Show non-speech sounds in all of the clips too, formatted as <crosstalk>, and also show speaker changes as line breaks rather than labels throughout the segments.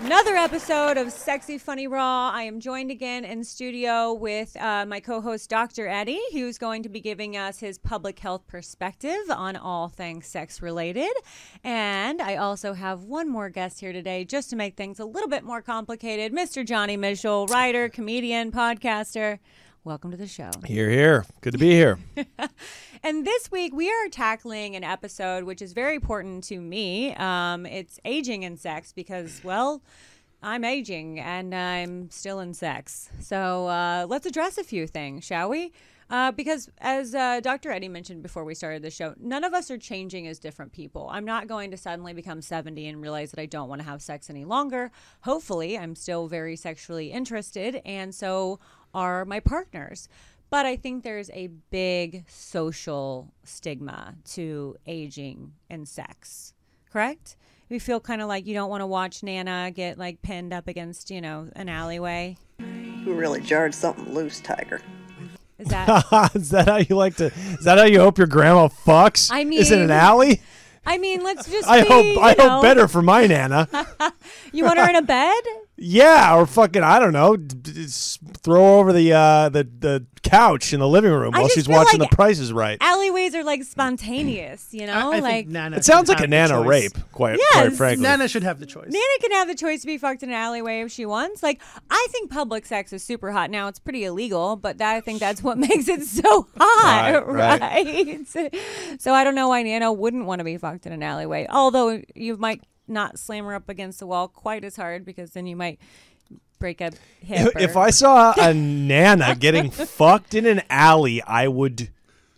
Another episode of Sexy Funny Raw. I am joined again in studio with uh, my co host, Dr. Eddie, who's going to be giving us his public health perspective on all things sex related. And I also have one more guest here today just to make things a little bit more complicated Mr. Johnny Mitchell, writer, comedian, podcaster. Welcome to the show.
Here, here. Good to
<laughs>
be here. <laughs>
And this week we are tackling an episode which is very important to me. Um, it's aging and sex because, well, I'm aging and I'm still in sex. So uh, let's address a few things, shall we? Uh, because, as uh, Dr. Eddie mentioned before we started the show, none of us are changing as different people. I'm not going to suddenly become 70 and realize that I don't want to have sex any longer. Hopefully, I'm still very sexually interested, and so are my partners. But I think there's a big social stigma to aging and sex, correct? We feel kind of like you don't want to watch Nana get like pinned up against, you know, an alleyway.
You really jarred something loose, Tiger.
Is
<laughs>
that?
is that how you like to? Is that how you hope your grandma fucks?
I
is it
mean,
an alley?
I mean, let's just.
I
be,
hope.
you
I
know-
hope better for my
<laughs>
nana.
You want her in a bed?
yeah, or fucking. I don't know. d- d- s- Throw her over the uh, the the couch in the living room
I
while
just
she's
feel
watching
like-
The Price is Right.
Alleyways are like spontaneous, you know,
I
Oh, like.
think Nana
It sounds
should
like a
have the
nana
choice.
rape. Quite, quite
Yes.
frankly.
Nana should have the choice.
Nana can have the choice to be fucked in an alleyway if she wants. Like, I think public sex is super hot now. It's pretty illegal, but that, I think that's what <laughs> makes it so hot, right? <laughs>
Right,
so I don't know why Nana wouldn't want to be fucked in an alleyway. Although you might not slam her up against the wall quite as hard because then you might break a hip.
<laughs> If, if
or-
I saw a nana
<laughs>
getting fucked in an alley, I would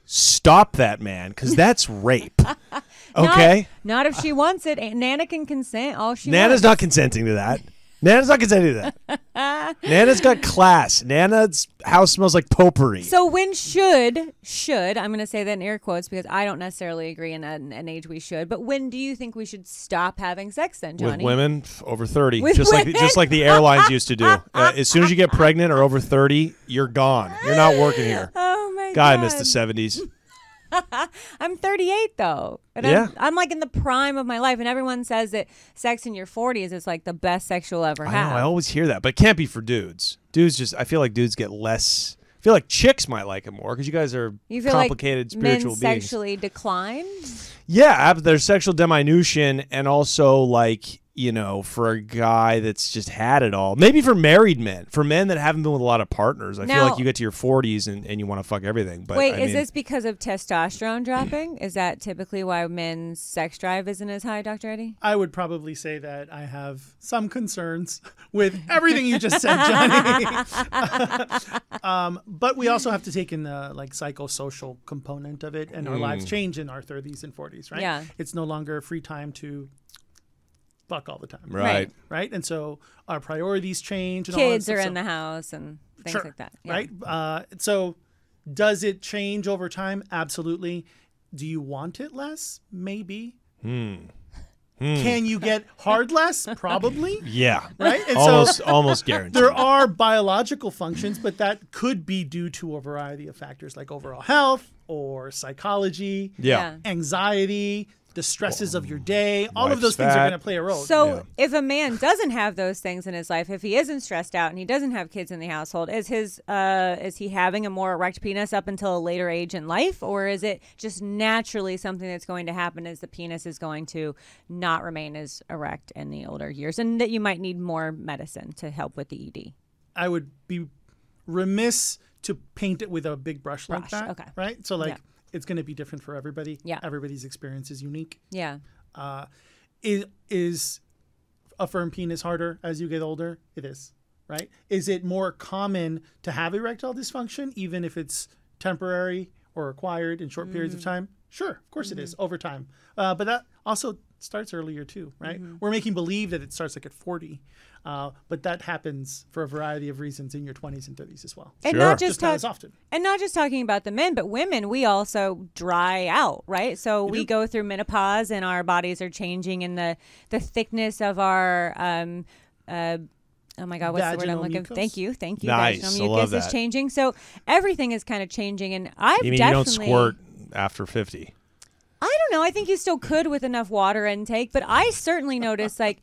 stop that man because that's rape.
<laughs> Not-
Okay.
Not, if she wants it. And Nana can consent all she
Nana's
wants.
not consenting to that. Nana's not consenting to that.
<laughs>
Nana's got class. Nana's house smells like potpourri.
So when should should I'm going to say that in air quotes because I don't necessarily agree in an, an age we should. But when do you think we should stop having sex then,
with
Johnny?
women f- over 30,
With
just like
women?
just like the airlines
<laughs>
used to do. Uh, as soon as you get pregnant or over 30, you're gone. You're not working
<laughs>
here.
Oh my
God,
god!
I miss the 70s.
I'm 38 though, and
Yeah.
I'm, I'm like in the prime of my life, and everyone says that sex in your 40s is like the best sex you'll ever
I
have.
know. I always hear that, but it can't be for dudes. Dudes just I feel like dudes get less I feel like chicks might like it more because you guys are
you feel
complicated
like
spiritual
men
beings.
sexually decline.
Yeah, ab- there's sexual diminution, and also like you know, for a guy that's just had it all. Maybe for married men, for men that haven't been with a lot of partners. I
Now-
feel like you get to your 40s and, and you want to fuck everything. But
Wait,
I
is
mean,
this because of testosterone dropping? Is that typically why men's sex drive isn't as high, Dr. Eddie?
I would probably say that I have some concerns <laughs> with everything you just said,
<laughs>
Johnny. um, but we also have to take in the like psychosocial component of it, and our
Mm.
lives change in our 30s and 40s, right?
Yeah.
It's no longer free time to fuck all the time, right?
right?
Right.
And so our priorities change. And all that
Kids
stuff.
are
So-
in the house and things
Sure.
like that. Yeah.
Right? Uh, so, does it change over time? Absolutely. Do you want it less? Maybe.
Hmm.
Can you get hard
<laughs>
less? Probably.
Yeah,
Right? And
<laughs>
almost
so,
almost guaranteed.
there are biological functions, but that could be due to a variety of factors like overall health or psychology,
yeah.
anxiety, the stresses of your day. All of
Wife's
those things are
fat.
going to play a role.
So, if a man doesn't have those things in his life, if he isn't stressed out and he doesn't have kids in the household, is his uh, is he having a more erect penis up until a later age in life, or is it just naturally something that's going to happen? Is the penis is going to not remain as erect in the older years, and that you might need more medicine to help with the E ED?
I would be remiss to paint it with a big brush like
Brush,
that.
okay.
Right? So like
Yeah.
it's going to be different for everybody.
Yeah.
Everybody's experience is unique.
Yeah,
Is is a firm penis harder as you get older? It is. Right? Is it more common
Mm-hmm.
to have erectile dysfunction even if it's temporary or acquired in short periods of time? Sure, of course it is over time. Uh, but that also starts earlier too, right?
Mm-hmm.
We're making believe that it starts like at 40, uh, but that happens for a variety of reasons in your 20s and 30s as well.
And
Sure.
not just,
Just not as
talk-
often.
and not just talking about the men, but women. We also dry out, right? So we go through menopause, and our bodies are changing, and the the thickness of our um, uh, oh my god, what's the word I'm
Vaginal
looking?
mucous.
Thank you, thank you.
Nice.
vaginal
I love
mucus is
that.
changing, so everything is kind of changing. And I've
You mean you don't
definitely
squirt after 50?
I don't know. I think you still could with enough water intake, but I certainly notice like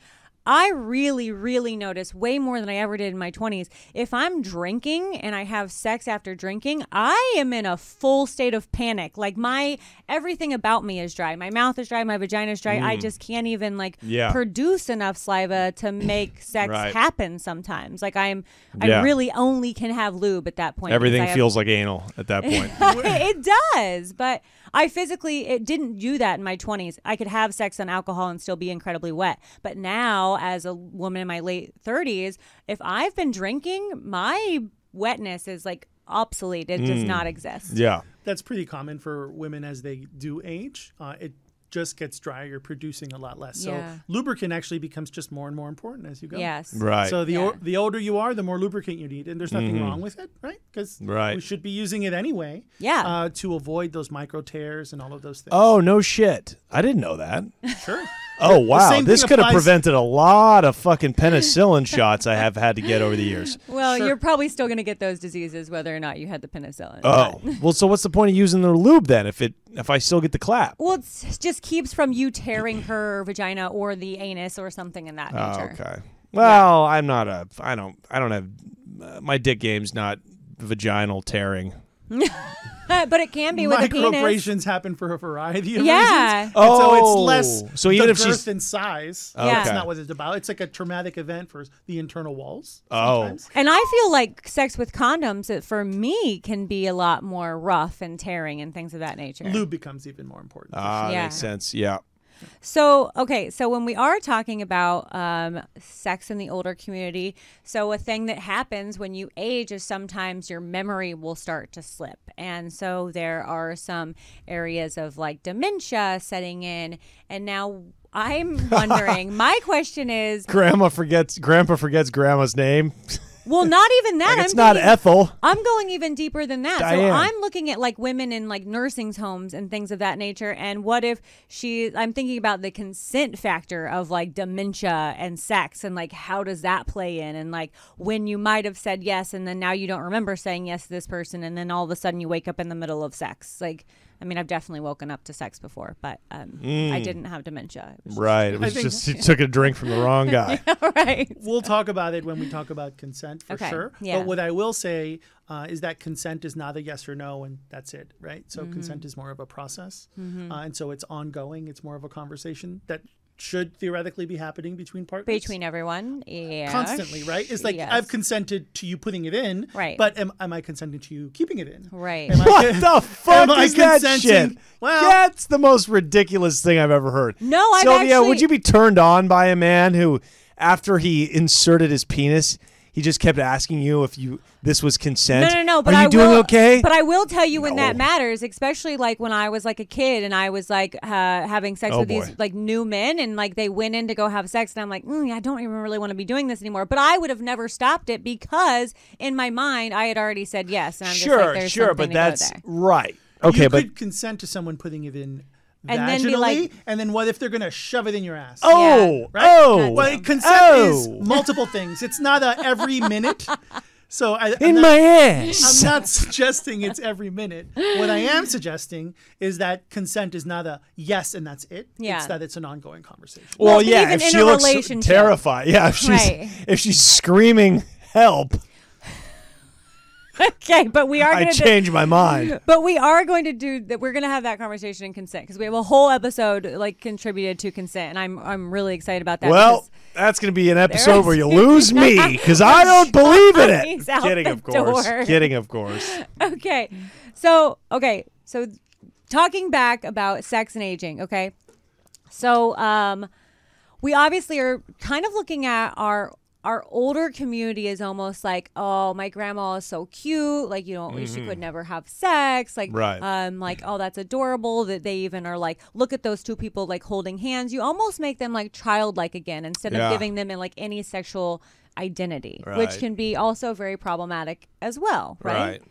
I really, really notice way more than I ever did in my 20s. If I'm drinking and I have sex after drinking, I am in a full state of panic. Like my everything about me is dry. My mouth is dry. My vagina is dry. I just can't even like
Mm. Yeah.
produce enough saliva to
<clears throat>
make sex
Right.
happen. Sometimes, like I'm, I
Yeah.
really only can have lube at that point. because I
Everything
have-
feels like anal
<laughs>
at that point.
it does, but I physically it didn't do that in my 20s. I could have sex on alcohol and still be incredibly wet. But now as a woman in my late 30s, if I've been drinking, my wetness is like obsolete. It does not exist.
yeah.
That's pretty common for women as they do age. Uh, it just gets drier, you're producing a lot less.
Yeah.
So lubricant actually becomes just more and more important as you go.
Yes.
Right. Mm-hmm.
So the
Yeah.
o- the older you are, the more lubricant you need, and there's nothing wrong with it, right? Because
Right.
we should be using it anyway.
Yeah.
Uh, to avoid those micro tears and all of those things.
oh, no shit. I didn't know that.
sure. <laughs>
Oh, wow.
same
This
thing
could have
applies-
prevented a lot of fucking penicillin shots I have had to get over the years.
Well,
Sure.
you're probably still going to get those diseases whether or not you had the penicillin.
Oh.
<laughs>
Well, so what's the point of using the lube then if it if I still get the clap?
Well, it's- it just keeps from you tearing her vagina or the anus or something in that
Oh,
nature.
okay. Well, I'm not a I don't I don't have uh, my dick game's not vaginal tearing.
<laughs> but it can be with a penis.
Microabrasions happen for a variety of
Yeah.
reasons. And so
Oh.
it's less
So even
the
if she's- Oh,
girth and size.
Yeah.
That's
Okay.
not what it's about. It's like a traumatic event for the internal walls.
Oh.
sometimes.
And I feel like sex with condoms uh, for me can be a lot more rough and tearing and things of that nature.
Lube becomes even more important.
Ah,
Yeah.
makes sense. Yeah.
So, okay, so when we are talking about um, sex in the older community, so a thing that happens when you age is sometimes your memory will start to slip. And so there are some areas of like dementia setting in. And now
<laughs>
I'm wondering, my question is
Grandma forgets grandpa forgets grandma's name.
well, not even that.
it's
I'm
not
thinking-
Ethel.
I'm going even deeper than that.
Diane.
So I'm looking at like women in like nursing homes and things of that nature. And what if she? I'm thinking about the consent factor of like dementia and sex, and like how does that play in? And like when you might have said yes, and then now you don't remember saying yes to this person, and then all of a sudden you wake up in the middle of sex. Like, I mean, I've definitely woken up to sex before, but um, I didn't have dementia. It <laughs> was-
Mm. Right. It was
think-
just he took a drink from the
<laughs>
wrong guy.
right.
We'll talk about it when we talk about consent for
Okay,
sure.
yeah.
But what I will say uh, is that consent is not a yes or no, and that's it, right? So
Mm-hmm.
consent is more of a process. Uh, and so it's ongoing, it's more of a conversation that should theoretically be happening between partners.
Between everyone, yeah.
constantly, right? It's like
Yes.
I've consented to you putting it in,
Right.
But am, am I consenting to you keeping it in?
Right.
Am
<laughs>
I-
What the fuck
Am I
is that
consenting?
shit?
Well-
that's the most ridiculous thing I've ever heard.
No, I've
Sylvia, would
actually-
you be turned on by a man who, after he inserted his penis, he just kept asking you if you this was consent?
No, no, no. But
Are you
I
doing
will,
okay? Oh.
But I will tell you when that
No.
matters, especially like when I was like a kid and I was like uh, having sex
Oh,
with
boy.
these like new men and like they went in to go have sex and I'm like, mm, I don't even really want to be doing this anymore. But I would have never stopped it because in my mind I had already said yes. And I'm just
sure,
like, there's
sure,
something
but
to go
that's
there.
right. Okay,
you
but
could consent to someone putting it in
And then be
vaginally,
like-
and then what if they're gonna shove it in your ass?
oh,
right?
oh,
well, it- consent is
oh,
multiple things. It's not a every minute. So I, I'm
in
not-
my ass.
I'm not suggesting it's every minute. What I am suggesting is that consent is not a yes and that's it.
Yeah.
It's that it's an ongoing conversation.
well,
Well, but
yeah,
even
if
in
she
a
looks
relationship.
terrified, yeah, if she's
Right.
if she's screaming help,
<laughs> okay, but we are
I
going to
change my mind.
<laughs> But we are going to do that. We're going to have that conversation in consent because we have a whole episode like contributed to consent, and I'm I'm really excited about that.
Well,
because-
that's going to be an episode
is- <laughs>
where you lose me because I don't believe in it.
He's out
Kidding,
the
of course.
door.
Kidding, of course.
okay. So, okay. So, talking back about sex and aging, okay? So, um, we obviously are kind of looking at our our older community is almost like, oh, my grandma is so cute. Like, you know, she could never have sex. Like,
Mm-hmm. Right.
um, like, oh, that's adorable. That they even are like, look at those two people like holding hands. You almost make them like childlike again instead
Yeah.
of giving them like any sexual identity,
Right.
which can be also very problematic as well. <laughs> right.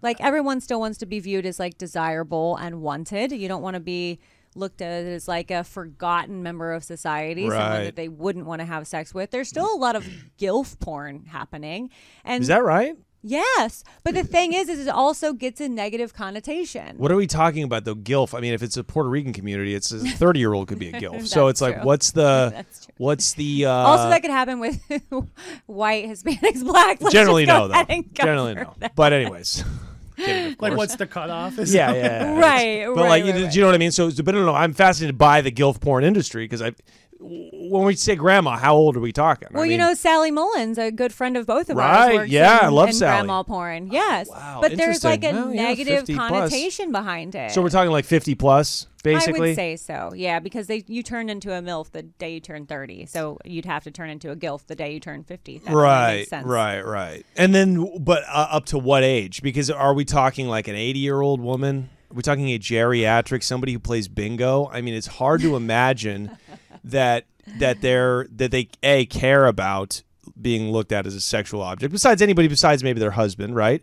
Like everyone still wants to be viewed as like desirable and wanted. You don't want to be looked at as like a forgotten member of society, someone
Right.
that they wouldn't want to have sex with. There's still a lot of gilf porn happening. And
Is that right?
yes, but the thing is is it also gets a negative connotation.
What are we talking about though? Gilf. I mean, if it's a Puerto Rican community,
<laughs>
it's a thirty-year-old could be a gilf. so
That's
it's like,
true.
what's the,
<laughs> That's true.
what's the? Uh,
<laughs> also that could happen with <laughs> white, Hispanics, black. Let's
generally
just go
no, though.
ahead and cover
Generally no.
that. <laughs>
But anyways, Kidding, of
Like,
course.
what's the cutoff?
<laughs>
Is
Yeah, yeah, yeah. It's-
Right,
But
right,
like, you,
right, right.
you know what I mean? So, but no, no, I'm fascinated by the gilf porn industry because I, when we say grandma, how old are we talking?
Well,
I
you
mean,
know Sally Mullins, a good friend of both of
Right,
ours. works
yeah,
in,
I love
in
Sally.
Grandma porn. Yes,
wow,
but there's like a
interesting. Well, yeah,
negative
50 plus.
connotation behind it.
So we're talking like 50 plus,
I
basically.
would say so. Yeah, because they you turned into a milf the day you turned 30, so you'd have to turn into a gilf the day you turn 50. That really
right
makes sense.
right right and then but uh, up to what age because are we talking like an 80 year old woman are we talking a geriatric somebody who plays bingo i mean it's hard
<laughs>
to imagine that that they're that they a care about being looked at as a sexual object besides anybody besides maybe their husband right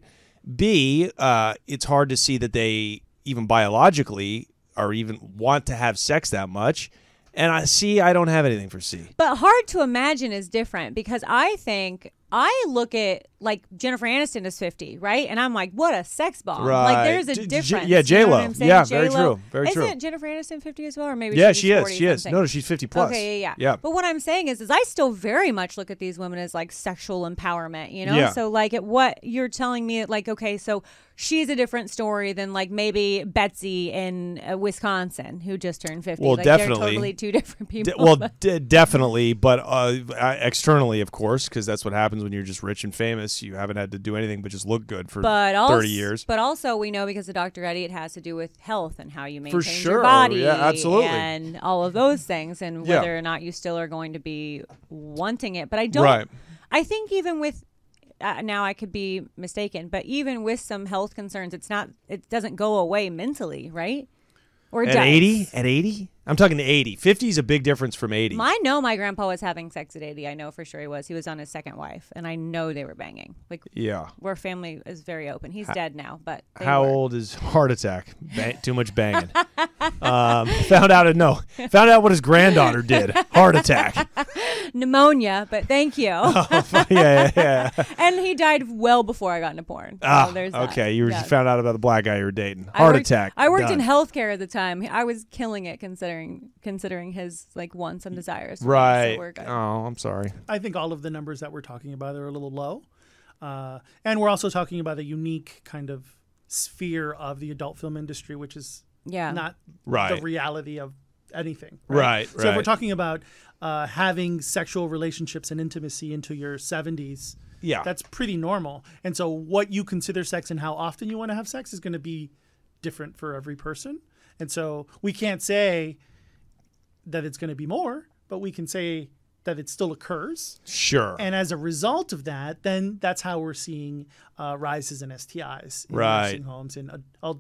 b uh, it's hard to see that they even biologically or even want to have sex that much and i c i don't have anything for c
But hard to imagine is different because I think I look at like Jennifer Aniston is 50, right? And I'm like, what a sex bomb. Like
Right.
there's a
J- J-
difference.
yeah,
you know what
J-Lo.
I'm saying?
Yeah, very
J-Lo.
true, very
Isn't
true.
Jennifer Aniston 50 as well or maybe
yeah
she's
she is
40
she is
something?
no no, she's 50 plus
Okay, yeah, yeah.
yeah
But what I'm saying is, is I still very much look at these women as like sexual empowerment, you know?
Yeah.
So like at what you're telling me, like, okay, so she's a different story than like maybe Betsy in uh, Wisconsin who just turned 50.
Well,
like They're
definitely.
totally two <laughs> different people.
De- well, de- definitely, but uh, I- externally, of course, because that's what happens when you're just rich and famous. You haven't had to do anything but just look good for
but also,
thirty years.
But also, we know because of Dr. Eddie, it has to do with health and how you maintain
sure.
your body,
Yeah, absolutely.
and all of those things, and
Yeah.
whether or not you still are going to be wanting it. But I don't.
Right.
I think even with uh, now, I could be mistaken, but even with some health concerns, it's not. It doesn't go away mentally, right? Or
at
does.
eighty, at eighty, I'm talking to eighty. Fifty is a big difference from eighty.
I know my grandpa was having sex at 80. I know for sure he was. He was on his second wife, and I know they were banging. Like,
yeah.
our family is very open. He's dead now, but they
How
were.
old is heart attack? Ba- too
<laughs>
much banging. um, found out no. Found out what his granddaughter did. Heart
<laughs>
attack. <laughs>
pneumonia, but thank you.
yeah, yeah, yeah.
and he died well before I got into porn. So
Ah,
there's that.
okay. You were-
Yeah.
found out about the black guy you were dating.
I
Heart
worked-
attack.
I worked
Done.
in healthcare at the time. I was killing it considering considering his like wants and desires. for me. So
Right.
we're good.
Oh, I'm sorry.
I think all of the numbers that we're talking about are a little low. Uh, and we're also talking about a unique kind of sphere of the adult film industry, which is
Yeah.
not the
Right.
reality of anything.
Right,
So if we're
right.
talking about uh, having sexual relationships and intimacy into your 70s,
Yeah.
that's pretty normal. And so what you consider sex and how often you want to have sex is going to be different for every person. And so we can't say that it's going to be more, but we can say that it still occurs.
Sure.
And as a result of that, then that's how we're seeing uh, rises in STIs in
Right.
nursing homes in adult.
Oh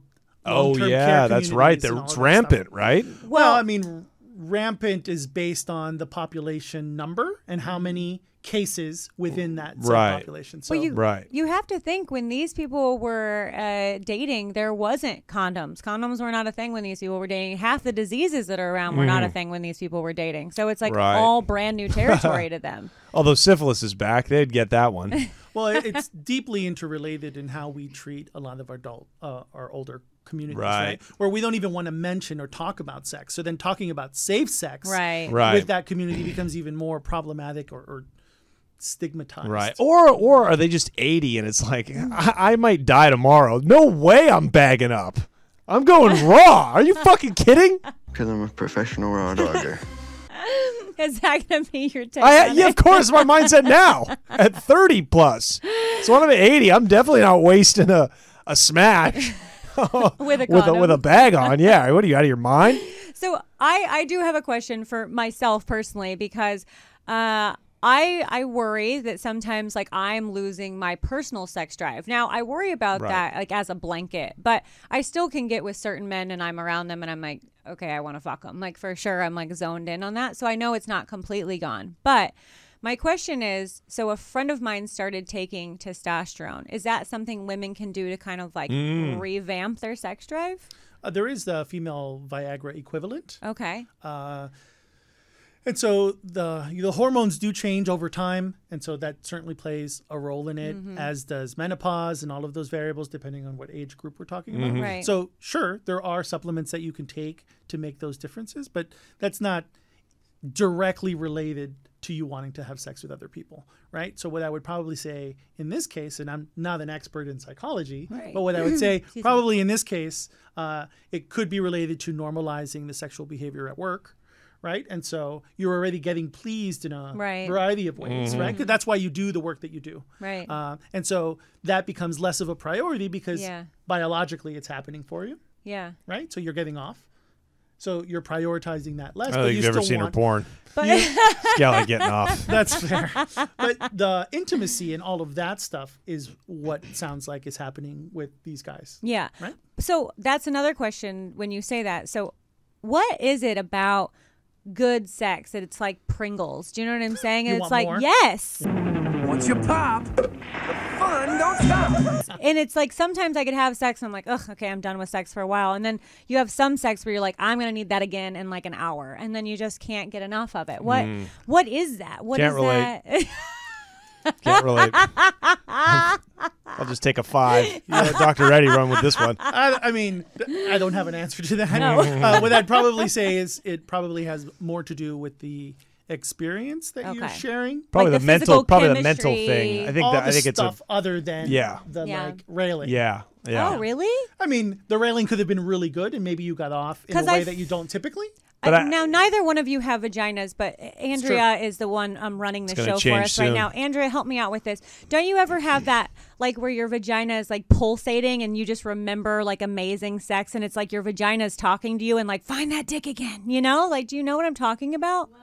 long-term
yeah,
care
that's right.
communities and all
That's
of that
rampant,
stuff.
right?
Well, I mean, rampant is based on the population number and how many cases within that same
Mm. Right.
population. So
you,
Right.
You have to think when these people were uh, dating, there wasn't condoms. Condoms were not a thing when these people were dating. Half the diseases that are around were not a thing when these people were dating. So it's like
Mm. Right.
all brand new
<laughs>
territory to them. <laughs>
Although syphilis is back, they'd get that one.
well, it- it's deeply interrelated in how we treat a lot of our adult, uh, our older communities, right.
Right.
Where we don't even want to mention or talk about sex. So then talking about safe sex,
Right.
Right.
with that community becomes even more problematic or, or stigmatized.
Right. Or or are they just 80 and it's like I, I might die tomorrow. No way I'm bagging up. I'm going raw. Are you fucking kidding?
Because I'm a professional raw dogger.
Is that going to be your take?
I
on
yeah,
it?
of course my mindset now at 30 plus. So when I'm at 80, I'm definitely not wasting a a smash
with a
with
condom.
a with a bag on. Yeah, what are you out of your mind?
So I I do have a question for myself personally because uh I I worry that sometimes like I'm losing my personal sex drive. Now I worry about
Right.
that like as a blanket, but I still can get with certain men and I'm around them and I'm like, okay, I want to fuck them. Like for sure, I'm like zoned in on that, so I know it's not completely gone. But my question is, so a friend of mine started taking testosterone. Is that something women can do to kind of like revamp their sex drive?
Uh, there is the female Viagra equivalent.
Okay.
And so the the hormones do change over time, and so that certainly plays a role in it, as does menopause and all of those variables, depending on what age group we're talking about.
Right.
So sure, there are supplements that you can take to make those differences, but that's not directly related to you wanting to have sex with other people, right? So what I would probably say in this case, and I'm not an expert in psychology,
Right.
but what I
<laughs>
would say probably in this case, uh, it could be related to normalizing the sexual behavior at work, right? And so you're already getting pleased in a
Right.
variety of ways,
Mm-hmm.
right? 'Cause That's why you do the work that you do.
Right.
Uh, and so that becomes less of a priority because
Yeah.
biologically it's happening for you
yeah.
right? So you're getting off. So you're prioritizing that less.
I don't
but
think
you
you've ever
still
seen her
want,
porn. <laughs> yeah, like getting <laughs> off.
That's fair. but the intimacy and all of that stuff is what it sounds like is happening with these guys.
Yeah.
Right?
So that's another question when you say that. So what is it about good sex that it's like Pringles? Do you know what I'm saying? And
You
it's
want
like,
more?
yes.
Once you pop, the fun don't stop.
And it's like sometimes I could have sex and I'm like, ugh, okay, I'm done with sex for a while. And then you have some sex where you're like, I'm gonna need that again in like an hour. And then you just can't get enough of it. What what is that? What is
Mm. Can't relate.
that? <laughs>
Can't relate. I'll just take a five. You let Dr. Reddy run with this one.
I, I mean, I don't have an answer to that. Uh, what I'd probably say is it probably has more to do with the experience that you're
Okay.
sharing.
Probably
the
the, mental,
physical
probably the mental
chemistry,
thing. I think
all
that,
the
I think
stuff
it's
other than
Yeah.
the
Yeah.
like railing.
a yeah, yeah.
Oh, really?
I mean, the railing could have been really good, and maybe you got off in a
'Cause
way
I f-
that you don't typically.
But
I-
I-
now, neither one of you have vaginas, but Andrea is the one um, running the
gonna
show for
change
us right
soon.
now. Andrea, help me out with this. Don't you ever have that, like, where your vagina is like pulsating and you just remember like amazing sex, and it's like your vagina is talking to you and like find that dick again, you know? Like, do you know what I'm talking about?
Well,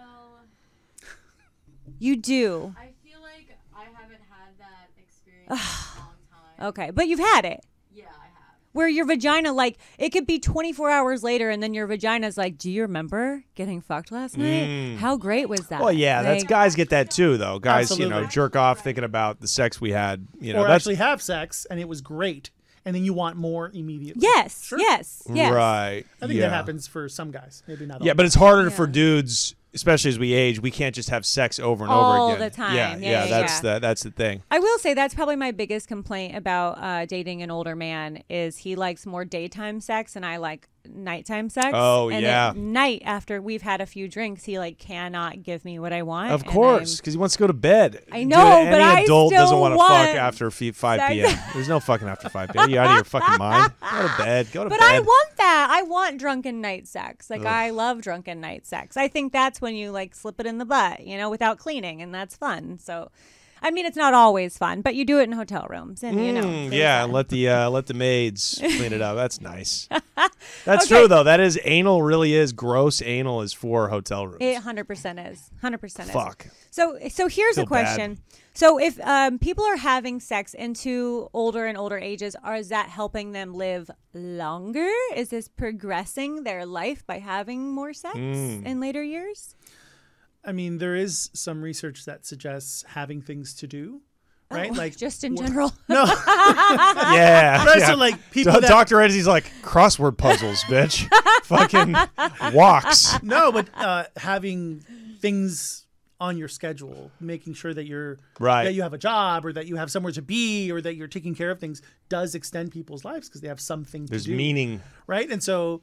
You do.
I feel like I haven't had that experience in a long time.
Okay, but you've had it.
Yeah, I have.
Where your vagina, like, it could be 24 hours later, and then your vagina's like, Do you remember getting fucked last night? How great was that?
Mm. Well, yeah, that's
Like-
guys get that too, though. Guys, you know,
Absolutely.
jerk off thinking about the sex we had. You know,
or
that's
actually have sex and it was great and then you want more immediately.
Yes, yes, yes.
right.
I think
yeah.
that happens for some guys, maybe not all.
Yeah, but it's harder for dudes, especially as we age. We can't just have sex over and
All
over again.
the time.
Yeah,
Yeah,
yeah,
yeah,
that's
yeah.
the that's the thing.
I will say that's probably my biggest complaint about uh, dating an older man is he likes more daytime sex and I like nighttime sex.
Oh,
and
yeah.
At night after we've had a few drinks, he like cannot give me what I want.
Of
and
course,
I'm-
because he wants to go to bed.
I know,
Dude,
but I
any adult
still
doesn't wanna
want
fuck after f-
sex.
five p.m. There's no fucking after five p.m. You're out of your
<laughs>
fucking mind. Go to bed. Go to
But
bed.
I want that. I want drunken night sex. Like I love drunken night sex. I think that's when you like slip it in the butt, you know, without cleaning, and that's fun. So, I mean, it's not always fun, but you do it in hotel rooms, and you know,
Mm,
things
yeah,
like-
let the uh, let the maids
<laughs>
clean it up. That's nice. That's
Okay.
true though. That is anal. Really is gross. Anal is for hotel rooms.
It hundred percent is hundred percent.
Fuck.
So so here's a
Feel bad.
question. So if um, people are having sex into older and older ages, are is that helping them live longer? Is this progressing their life by having more sex
Mm.
in later years?
I mean, there is some research that suggests having things to do, right? like
Oh,
<laughs>
just in
wha-
general. <laughs>
No,
yeah.
but
yeah.
also like people that
Doctor Eddie's like crossword
<laughs>
puzzles, bitch. Fucking walks.
no, but uh, having things on your schedule, making sure that you're
Right.
that you have a job or that you have somewhere to be or that you're taking care of things does extend people's lives because they have something
There's
to do,
meaning.
right? And so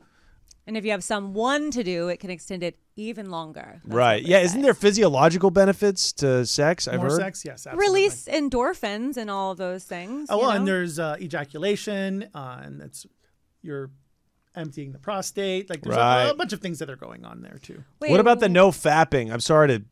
And if you have some one to do, it can extend it even longer. That's
Right.
what
Yeah.
they
Isn't
say.
there physiological benefits to sex? I've
more
heard.
sex, yes, absolutely.
release endorphins and all of those things?
Oh,
you
well, and
know?
there's uh, ejaculation, uh, and that's you're emptying the prostate. Like there's a-
Right.
a, bunch of things that are going on there too.
Wait,
What about the no fapping? I'm sorry to,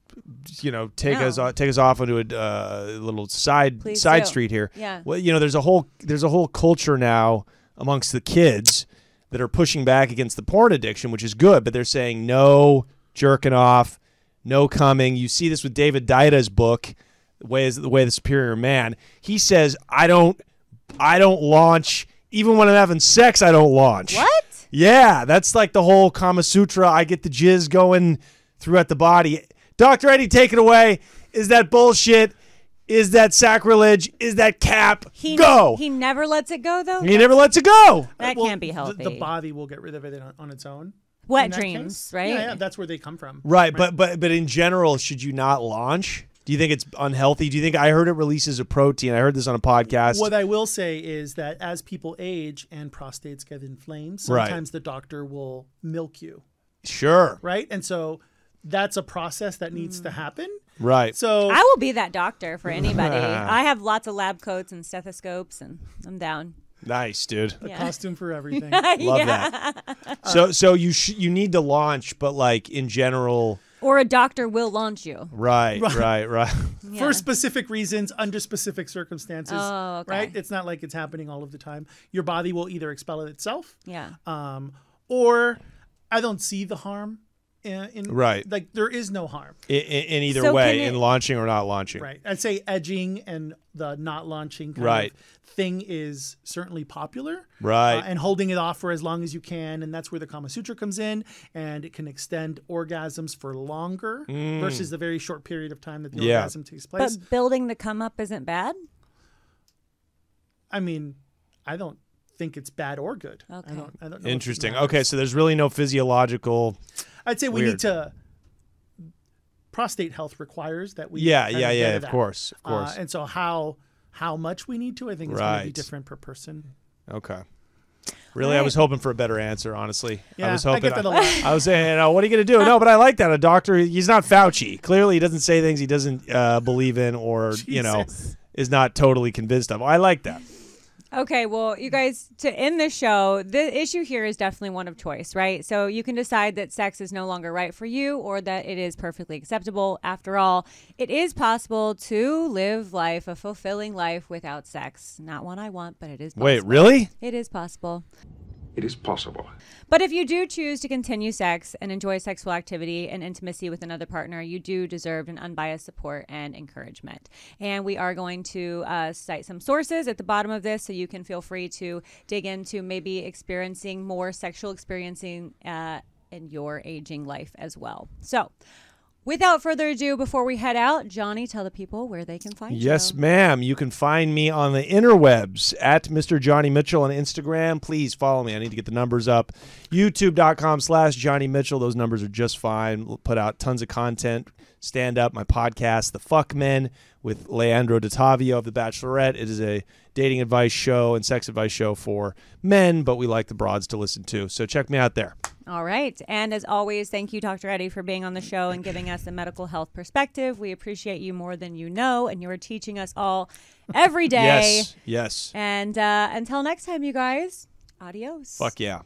you know, take
No.
us o- take us off onto a uh, little side
Please
side
do.
street here.
Yeah.
Well, you know, there's a whole there's a whole culture now amongst the kids that are pushing back against the porn addiction, which is good, but they're saying no jerking off, no coming. You see this with David Dida's book, the way is the way of the superior man. He says, I don't, I don't launch. Even when I'm having sex, I don't launch.
What?
Yeah, that's like the whole Kama Sutra. I get the jizz going throughout the body. Dr. Eddie, take it away. Is that bullshit? Is that sacrilege? Is that cap?
He
go.
He never lets it go though.
he never lets it go.
that
Well,
can't be
the-
healthy.
The, body will get rid of it on, on its own.
Wet
in that
dreams,
case.
right?
Yeah, yeah, that's where they come from.
Right, but but but in general, should you not launch? Do you think it's unhealthy? Do you think I heard it releases a protein? I heard this on a podcast.
What I will say is that as people age and prostates get inflamed,
Right.
sometimes the doctor will milk you,
sure.
right? And so that's a process that needs to happen.
Right.
So
Mm. I will be that doctor for anybody. I have lots of lab coats and stethoscopes, and I'm down.
nice, <laughs> dude.
a
<laughs>
costume for everything.
Love that. So so you sh- you need to launch, but like in general,
Or a doctor will launch you.
right, right, right. <laughs>
For specific reasons, under specific circumstances,
Oh, okay.
right? It's not like it's happening all of the time. Your body will either expel it itself,
Yeah.
um, or I don't see the harm. In, in,
Right.
like there is no harm,
I- I- in either
So
way,
can
in
it-
launching or not launching.
right? I'd say edging and the not launching kind
Right.
of thing is certainly popular,
Right.
Uh, and holding it off for as long as you can, and that's where the Kama Sutra comes in, and it can extend orgasms for longer versus the very short period of time that the
Mm. Yeah.
orgasm takes place.
But building the come up isn't bad.
I mean, I don't think it's bad or good.
Okay.
I don't, I don't know
Interesting.
what the matter
Okay, so there's really no physiological.
is. I'd say we
Weird.
need to. Prostate health requires that we.
Yeah,
kind
yeah,
get
yeah,
to
of
that.
course, of course.
Uh, and so how how much we need to, I think, is going to be
Right.
different per person.
Okay. Really, I was hoping for a better answer. Honestly, I
Yeah,
was
I
hoping.
get that a lot.
I was saying, you know, what are you going to do? No, but I like that. A doctor, he's not Fauci. Clearly, he doesn't say things he doesn't uh, believe in, or you know,
Jesus.
is not totally convinced of. I like that.
Okay, well, you guys, to end the show, the issue here is definitely one of choice, right? So you can decide that sex is no longer right for you or that it is perfectly acceptable. After all, it is possible to live life, a fulfilling life without sex. Not one I want, but it is possible.
Wait, really?
It is possible.
It is possible.
But if you do choose to continue sex and enjoy sexual activity and intimacy with another partner, you do deserve an unbiased support and encouragement. And we are going to uh, cite some sources at the bottom of this so you can feel free to dig into maybe experiencing more sexual experiencing uh, in your aging life as well. So, without further ado, before we head out, Johnny, tell the people where they can find you.
Yes, ma'am. You can find me on the interwebs at Mr. Johnny Mitchell on Instagram. Please follow me. I need to get the numbers up. YouTube.com slash Johnny Mitchell. Those numbers are just fine. We'll put out tons of content. Stand up, my podcast, The Fuck Men with Leandro DiTavio of The Bachelorette. It is a dating advice show and sex advice show for men, but we like the broads to listen to. So check me out there.
All right. And as always, thank you, Dr. Eddie, for being on the show and giving us the medical health perspective. We appreciate you more than you know, and you are teaching us all every day.
Yes. Yes.
And uh, until next time, you guys, adios.
Fuck yeah.